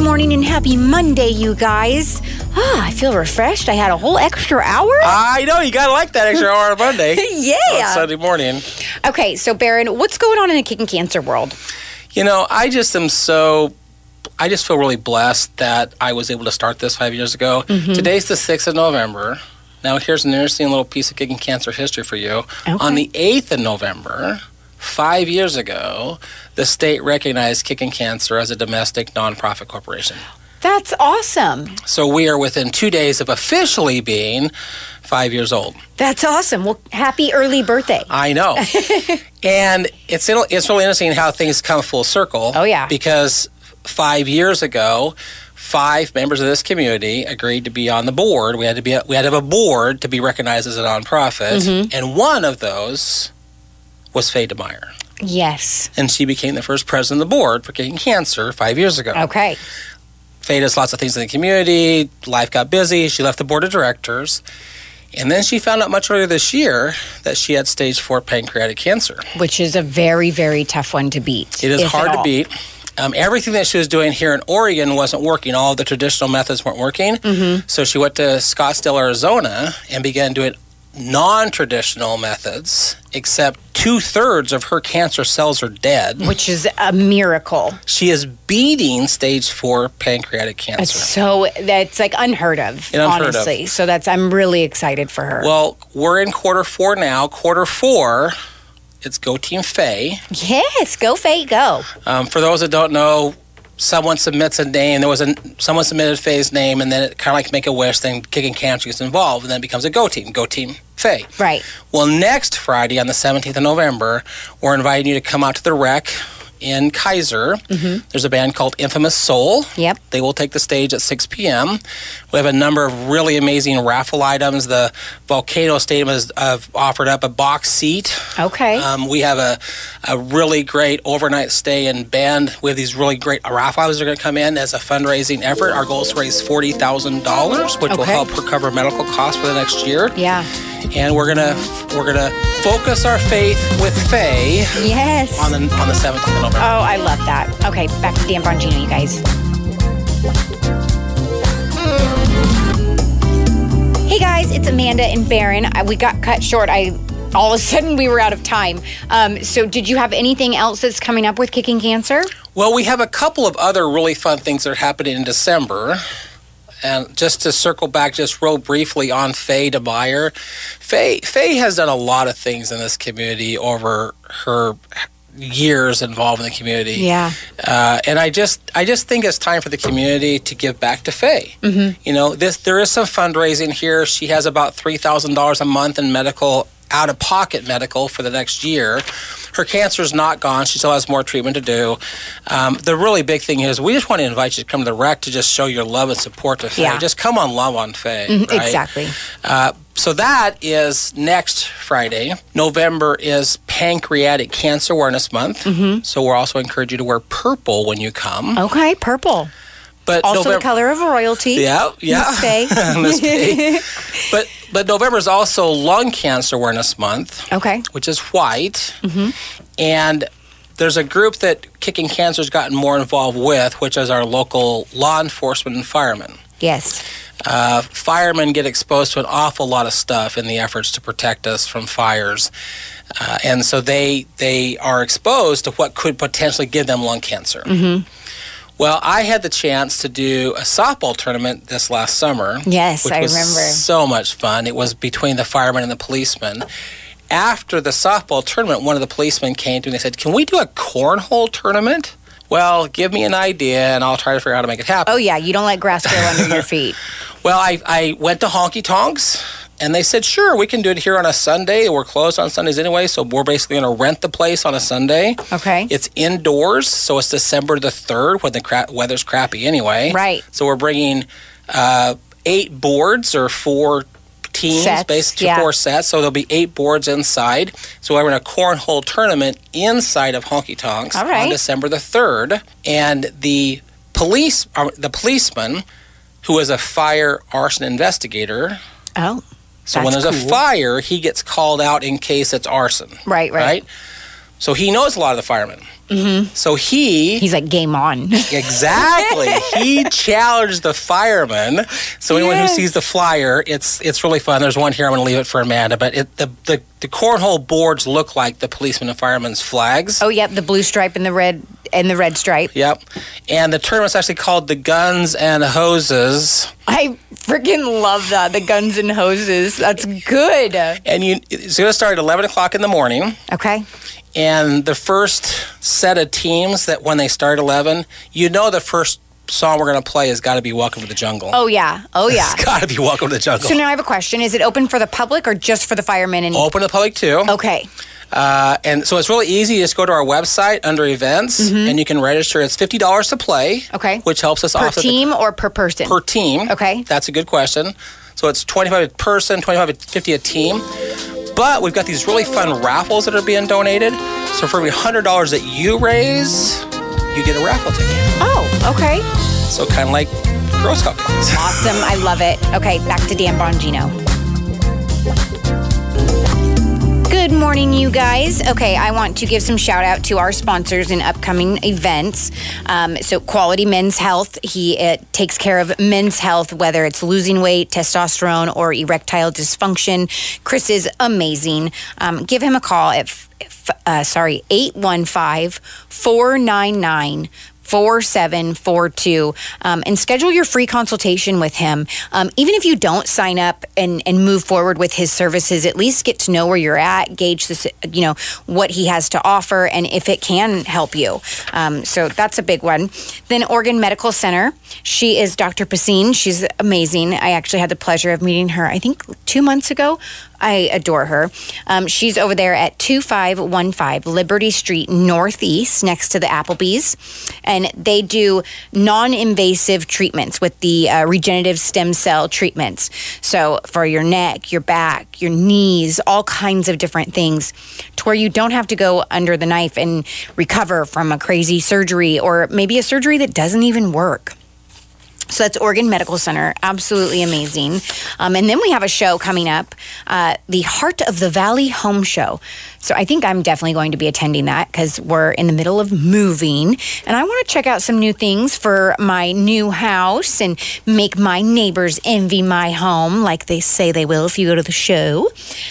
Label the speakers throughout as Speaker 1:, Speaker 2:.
Speaker 1: morning and happy Monday, you guys. Ah, I feel refreshed. I had a whole extra hour.
Speaker 2: I know you gotta like that extra hour on Monday.
Speaker 1: Yeah.
Speaker 2: On Sunday morning.
Speaker 1: Okay, so Baron, what's going on in the kicking cancer world?
Speaker 2: You know, I just am so. I just feel really blessed that I was able to start this five years ago. Today's the sixth of November. Now here's an interesting little piece of kicking cancer history for you. On the eighth of November, five years ago, the state recognized kicking cancer as a domestic nonprofit corporation.
Speaker 1: That's awesome.
Speaker 2: So we are within two days of officially being five years old.
Speaker 1: That's awesome. Well, happy early birthday.
Speaker 2: I know. and it's it's really interesting how things come full circle.
Speaker 1: Oh, yeah.
Speaker 2: Because five years ago, five members of this community agreed to be on the board. We had to be we had to have a board to be recognized as a nonprofit,
Speaker 1: Mm-hmm.
Speaker 2: and one of those was Faye DeMeyer.
Speaker 1: Yes.
Speaker 2: And she became the first president of the board for Kicking Cancer five years ago.
Speaker 1: Okay.
Speaker 2: Faye does lots of things in the community. Life got busy. She left the board of directors. And then she found out much earlier this year that she had stage four pancreatic cancer.
Speaker 1: Which is a very, very tough one to beat.
Speaker 2: It is
Speaker 1: if at
Speaker 2: hard to
Speaker 1: all.
Speaker 2: beat. Um, everything that she was doing here in Oregon wasn't working. All of the traditional methods weren't working.
Speaker 1: Mm-hmm.
Speaker 2: So she went to Scottsdale, Arizona, and began doing non traditional methods, except two thirds of her cancer cells are dead.
Speaker 1: Which is a miracle.
Speaker 2: She is beating stage four pancreatic cancer.
Speaker 1: It's so that's like unheard of,
Speaker 2: And unheard of.
Speaker 1: honestly. So that's I'm really excited for her.
Speaker 2: Well, we're in quarter four now. Quarter four, it's Go Team Faye.
Speaker 1: yes, go Faye, go.
Speaker 2: Um, for those that don't know, someone submits a name. There was a someone submitted Faye's name, and then it kind of like make a wish. Then kicking cancer gets involved, and then it becomes a Go Team. Go Team Faye.
Speaker 1: Right.
Speaker 2: Well, next Friday on the 17th of November, we're inviting you to come out to the rec in Kaiser. There's a band called Infamous Soul.
Speaker 1: Mm-hmm. Yep.
Speaker 2: They will take the stage at 6 p.m. We have a number of really amazing raffle items. The Volcano Stadium has uh, offered up a box seat.
Speaker 1: Okay.
Speaker 2: Um, we have a, a really great overnight stay in band. We have these really great raffle items that are going to come in as a fundraising effort. Our goal is to raise $40,000, which will
Speaker 1: Okay.
Speaker 2: help recover medical costs for the next year
Speaker 1: yeah.
Speaker 2: and we're gonna we're gonna focus our faith with Faye
Speaker 1: Yes.
Speaker 2: on the on the seventh of November.
Speaker 1: Oh, I love that. Okay, back to Dan Bongino, you guys. Hey guys, it's Amanda and Baron. I, we got cut short. I all of a sudden we were out of time. Um, so did you have anything else that's coming up with kicking cancer?
Speaker 2: Well, we have a couple of other really fun things that are happening in December. And just to circle back just real briefly on Faye DeMeyer, Faye, Faye has done a lot of things in this community over her years involved in the community.
Speaker 1: Yeah.
Speaker 2: Uh, and I just I just think it's time for the community to give back to Faye. Mm-hmm. You know, this there is some fundraising here. She has about three thousand dollars a month in medical out of pocket medical for the next year. Her cancer is not gone. She still has more treatment to do. Um, the really big thing is we just want to invite you to come to the rec to just show your love and support to Faye.
Speaker 1: Yeah. Mm-hmm.
Speaker 2: Just come on love on Faye. right?
Speaker 1: Exactly.
Speaker 2: Uh, so that is next Friday. November is Pancreatic Cancer Awareness Month.
Speaker 1: Mm-hmm.
Speaker 2: So we're also encourage you to wear purple when you come.
Speaker 1: Okay, purple.
Speaker 2: But
Speaker 1: Also
Speaker 2: November,
Speaker 1: the color of royalty.
Speaker 2: Yeah, yeah.
Speaker 1: Miss Faye.
Speaker 2: Miss P. but but November is also Lung Cancer Awareness Month,
Speaker 1: Okay.
Speaker 2: which is white.
Speaker 1: Mm-hmm.
Speaker 2: And there's a group that Kicking Cancer's gotten more involved with, which is our local law enforcement and firemen.
Speaker 1: Yes.
Speaker 2: Uh, firemen get exposed to an awful lot of stuff in the efforts to protect us from fires, uh, and so they they are exposed to what could potentially give them lung cancer.
Speaker 1: Mm-hmm.
Speaker 2: Well, I had the chance to do a softball tournament this last summer.
Speaker 1: Yes,
Speaker 2: which
Speaker 1: I
Speaker 2: was
Speaker 1: remember.
Speaker 2: So much fun! It was between the firemen and the policemen. After the softball tournament, one of the policemen came to me and they said, "Can we do a cornhole tournament?" Well, give me an idea and I'll try to figure out how to make it happen.
Speaker 1: Oh yeah, you don't let grass grow under your feet.
Speaker 2: Well, I, I went to Honky Tonks and they said, sure, we can do it here on a Sunday. We're closed on Sundays anyway, so we're basically going to rent the place on a Sunday.
Speaker 1: Okay.
Speaker 2: It's indoors, so it's December the 3rd when the cra- weather's crappy anyway.
Speaker 1: Right.
Speaker 2: So we're bringing uh, eight boards or four teams,
Speaker 1: Sets,
Speaker 2: basically
Speaker 1: yeah.
Speaker 2: four sets. So there'll be eight boards inside. So we're in a cornhole tournament inside of Honky Tonks
Speaker 1: All right.
Speaker 2: on December the 3rd. And the police, uh, the policeman, who is a fire arson investigator.
Speaker 1: oh.
Speaker 2: So when
Speaker 1: That's
Speaker 2: there's a
Speaker 1: cool.
Speaker 2: fire, he gets called out in case it's arson.
Speaker 1: Right, right.
Speaker 2: Right? So he knows a lot of the firemen. Mm-hmm. So he
Speaker 1: He's like, game on.
Speaker 2: Exactly. he challenged the fireman. So anyone
Speaker 1: Yes.
Speaker 2: who sees the flyer, it's it's really fun. There's one here. I'm going to leave it for Amanda, but it, the, the the cornhole boards look like the policeman and fireman's flags.
Speaker 1: oh, yep, the blue stripe and the red and the red stripe.
Speaker 2: Yep. And the tournament's actually called the Guns and Hoses.
Speaker 1: I freaking love that. The guns and hoses. That's good.
Speaker 2: And you it's going to start at 11 o'clock in the morning.
Speaker 1: Okay.
Speaker 2: And the first set of teams that when they start 11, you know the first song we're going to play has got to be Welcome to the Jungle.
Speaker 1: Oh yeah. Oh yeah.
Speaker 2: It's got to be Welcome to the Jungle.
Speaker 1: So now I have a question. Is it open for the public or just for the firemen and
Speaker 2: Open to the public too.
Speaker 1: Okay.
Speaker 2: Uh, and so it's really easy. You just go to our website under events and you can register. It's fifty dollars to play.
Speaker 1: Mm-hmm. Okay.
Speaker 2: Which helps us
Speaker 1: Per
Speaker 2: offset the-
Speaker 1: team or per person?
Speaker 2: per team.
Speaker 1: Okay.
Speaker 2: That's a good question. So it's twenty five a person, twenty five fifty a team. But we've got these really fun raffles that are being donated. So for every hundred dollars that you raise, you get a raffle ticket.
Speaker 1: oh, okay.
Speaker 2: So kind of like Girl Scout cookies.
Speaker 1: Awesome. I love it. Okay, back to Dan Bongino. Good morning, you guys. Okay, I want to give some shout out to our sponsors and upcoming events. Um, so, Quality Men's Health, he uh, takes care of men's health, whether it's losing weight, testosterone, or erectile dysfunction. Chris is amazing. Um, give him a call at, f- f- uh, sorry, 815 499 4742 um, and schedule your free consultation with him. Um, even if you don't sign up and, and move forward with his services, at least get to know where you're at, gauge this, you know, what he has to offer and if it can help you. Um, so that's a big one. Then Oregon Medical Center. She is Dr. Pacine. She's amazing. I actually had the pleasure of meeting her, I think two months ago. I adore her. Um, she's over there at 2515 Liberty Street Northeast next to the Applebee's. And they do non invasive treatments with the uh, regenerative stem cell treatments. So for your neck, your back, your knees, all kinds of different things to where you don't have to go under the knife and recover from a crazy surgery or maybe a surgery that doesn't even work. So that's Oregon Medical Center. Absolutely amazing. Um, and then we have a show coming up, uh, the Heart of the Valley Home Show. So I think I'm definitely going to be attending that because we're in the middle of moving. And I want to check out some new things for my new house and make my neighbors envy my home, like they say they will if you go to the show.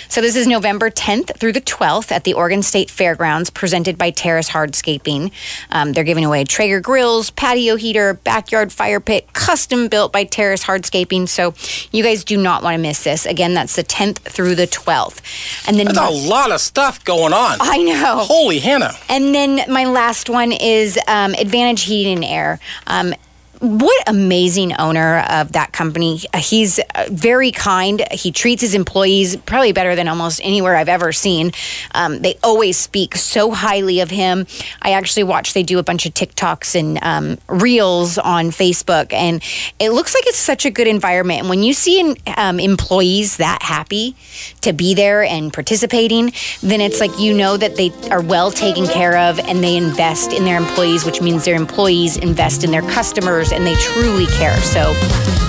Speaker 1: So this is November 10th through the 12th at the Oregon State Fairgrounds, presented by Terrace Hardscaping. Um, they're giving away Traeger grills, patio heater, backyard fire pit, custom built by Terrace Hardscaping. So you guys do not want to miss this. Again, that's the 10th through the 12th. And then
Speaker 2: That's a lot of stuff going on.
Speaker 1: I know.
Speaker 2: Holy Hannah!
Speaker 1: And then my last one is um, Advantage Heating and Air. Um, what amazing owner of that company. He's uh, very kind. He treats his employees probably better than almost anywhere I've ever seen. Um, they always speak so highly of him. I actually watch they do a bunch of TikToks and um, reels on Facebook, and it looks like it's such a good environment. And when you see an, um, employees that happy to be there and participating, then it's like you know that they are well taken care of and they invest in their employees, which means their employees invest in their customers and they truly care. So,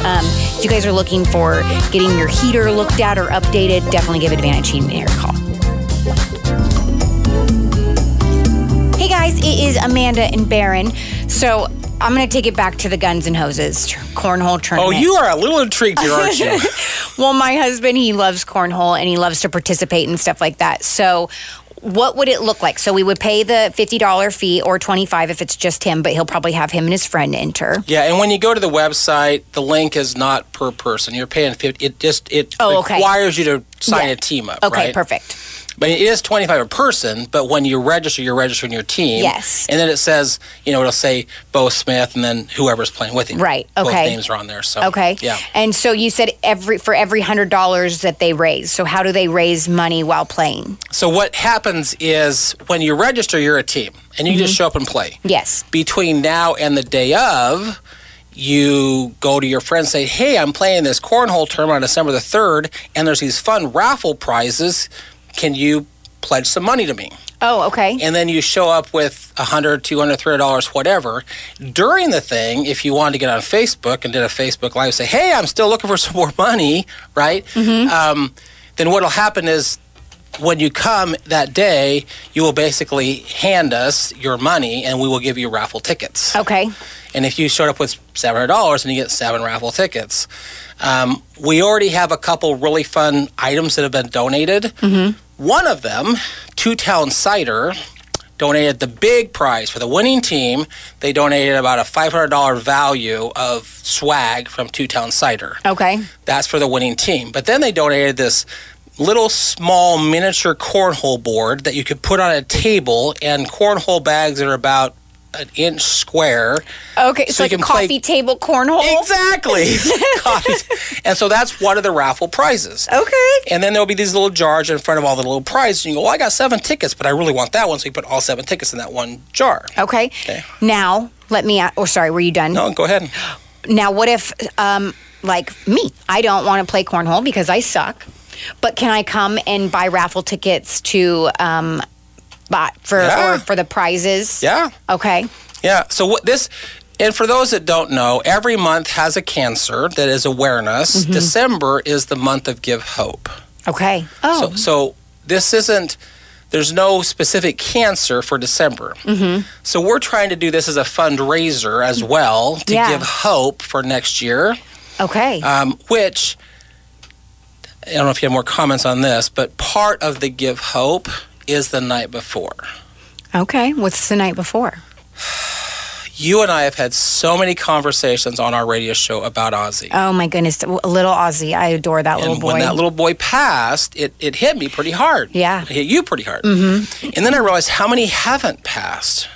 Speaker 1: um, if you guys are looking for getting your heater looked at or updated, definitely give Advantage Heating and Air a call. Hey guys, it is Amanda and Baron. So I'm gonna take it back to the guns and hoses tr- cornhole
Speaker 2: Oh,
Speaker 1: tournament.
Speaker 2: you are a little intrigued here, aren't you?
Speaker 1: Well, my husband he loves cornhole and he loves to participate and stuff like that. So. What would it look like? So we would pay the fifty dollar fee or twenty five if it's just him, but he'll probably have him and his friend enter.
Speaker 2: Yeah, and when you go to the website, the link is not per person. You're paying fifty. It just it
Speaker 1: Oh, okay.
Speaker 2: requires you to sign
Speaker 1: Yeah.
Speaker 2: a team up.
Speaker 1: Okay,
Speaker 2: right?
Speaker 1: perfect.
Speaker 2: But it is twenty five a person. But when you register, you're registering your team.
Speaker 1: Yes.
Speaker 2: And then it says, you know, it'll say Bo Smith, and then whoever's playing with him.
Speaker 1: Right,
Speaker 2: Both
Speaker 1: okay.
Speaker 2: names are on there. So
Speaker 1: Okay.
Speaker 2: Yeah.
Speaker 1: And so you said every for every hundred dollars that they raise. So how do they raise money while playing?
Speaker 2: So what happens is when you register, you're a team, and you just
Speaker 1: Mm-hmm.
Speaker 2: show up and play.
Speaker 1: Yes.
Speaker 2: between now and the day of, you go to your friend and say, Hey, I'm playing this cornhole tournament on December the 3rd, and there's these fun raffle prizes. Can you pledge some money to me?
Speaker 1: Oh, okay.
Speaker 2: And then you show up with $100, $200, $300, whatever. During the thing, if you wanted to get on Facebook and did a Facebook Live, say, Hey, I'm still looking for some more money, right? Um, then what'll happen is when you come that day, you will basically hand us your money and we will give you raffle tickets.
Speaker 1: Okay.
Speaker 2: And if you showed up with $700 and you get seven raffle tickets, um, we already have a couple really fun items that have been donated. One of them, Two Town Cider, donated the big prize for the winning team. They donated about a $500 value of swag from Two Town Cider.
Speaker 1: Okay.
Speaker 2: That's for the winning team. But then they donated this little small miniature cornhole board that you could put on a table and cornhole bags that are about an inch square.
Speaker 1: Okay. It's
Speaker 2: So you
Speaker 1: like a
Speaker 2: can play-
Speaker 1: coffee table cornhole.
Speaker 2: Exactly. Coffee. And so that's one of the raffle prizes.
Speaker 1: Okay.
Speaker 2: And then there'll be these little jars in front of all the little prizes. And you go, well, I got seven tickets, but I really want that one. So you put all seven tickets in that one jar.
Speaker 1: Okay. Now, let me, a- oh, sorry, were you done?
Speaker 2: No, go ahead.
Speaker 1: Now, what if, um, like me, I don't want to play cornhole because I suck, but can I come and buy raffle tickets to, um, bot for,
Speaker 2: Yeah.
Speaker 1: or for the prizes?
Speaker 2: Yeah.
Speaker 1: Okay.
Speaker 2: Yeah. So what this, and for those that don't know, every month has a cancer that is awareness. December is the month of give hope.
Speaker 1: Okay. Oh,
Speaker 2: So, so this isn't. There's no specific cancer for December. Mm-hmm. So we're trying to do this as a fundraiser as well to
Speaker 1: Mm-hmm. Yeah.
Speaker 2: give hope for next year.
Speaker 1: Oh, okay.
Speaker 2: Um, which I don't know if you have more comments on this, but part of the give hope is the night before.
Speaker 1: okay. What's the night before?
Speaker 2: You and I have had so many conversations on our radio show about Ozzy.
Speaker 1: Oh my goodness. A little Aussie. I adore that little
Speaker 2: and
Speaker 1: Oh, boy.
Speaker 2: when that little boy passed, it, it hit me pretty hard.
Speaker 1: Yeah.
Speaker 2: It hit you pretty hard. Mm-hmm. And then I realized how many haven't passed.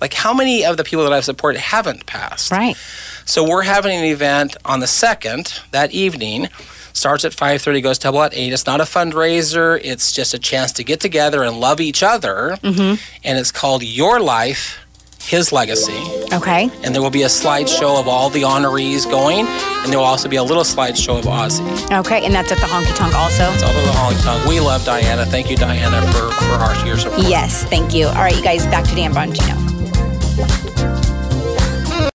Speaker 2: Like, how many of the people that I've supported haven't passed?
Speaker 1: right.
Speaker 2: So we're having an event on the second that evening. Starts at 5:30, goes till about eight. It's not a fundraiser. It's just a chance to get together and love each other. Mm-hmm. And it's called Your Life, His Legacy.
Speaker 1: Okay.
Speaker 2: And there will be a slideshow of all the honorees going, and there will also be a little slideshow of Ozzy.
Speaker 1: Okay. And that's at the honky tonk also.
Speaker 2: It's all over the honky tonk. We love Diana. Thank you, Diana, for for our your support.
Speaker 1: Yes. Thank you. All right, you guys, back to Dan Bongino.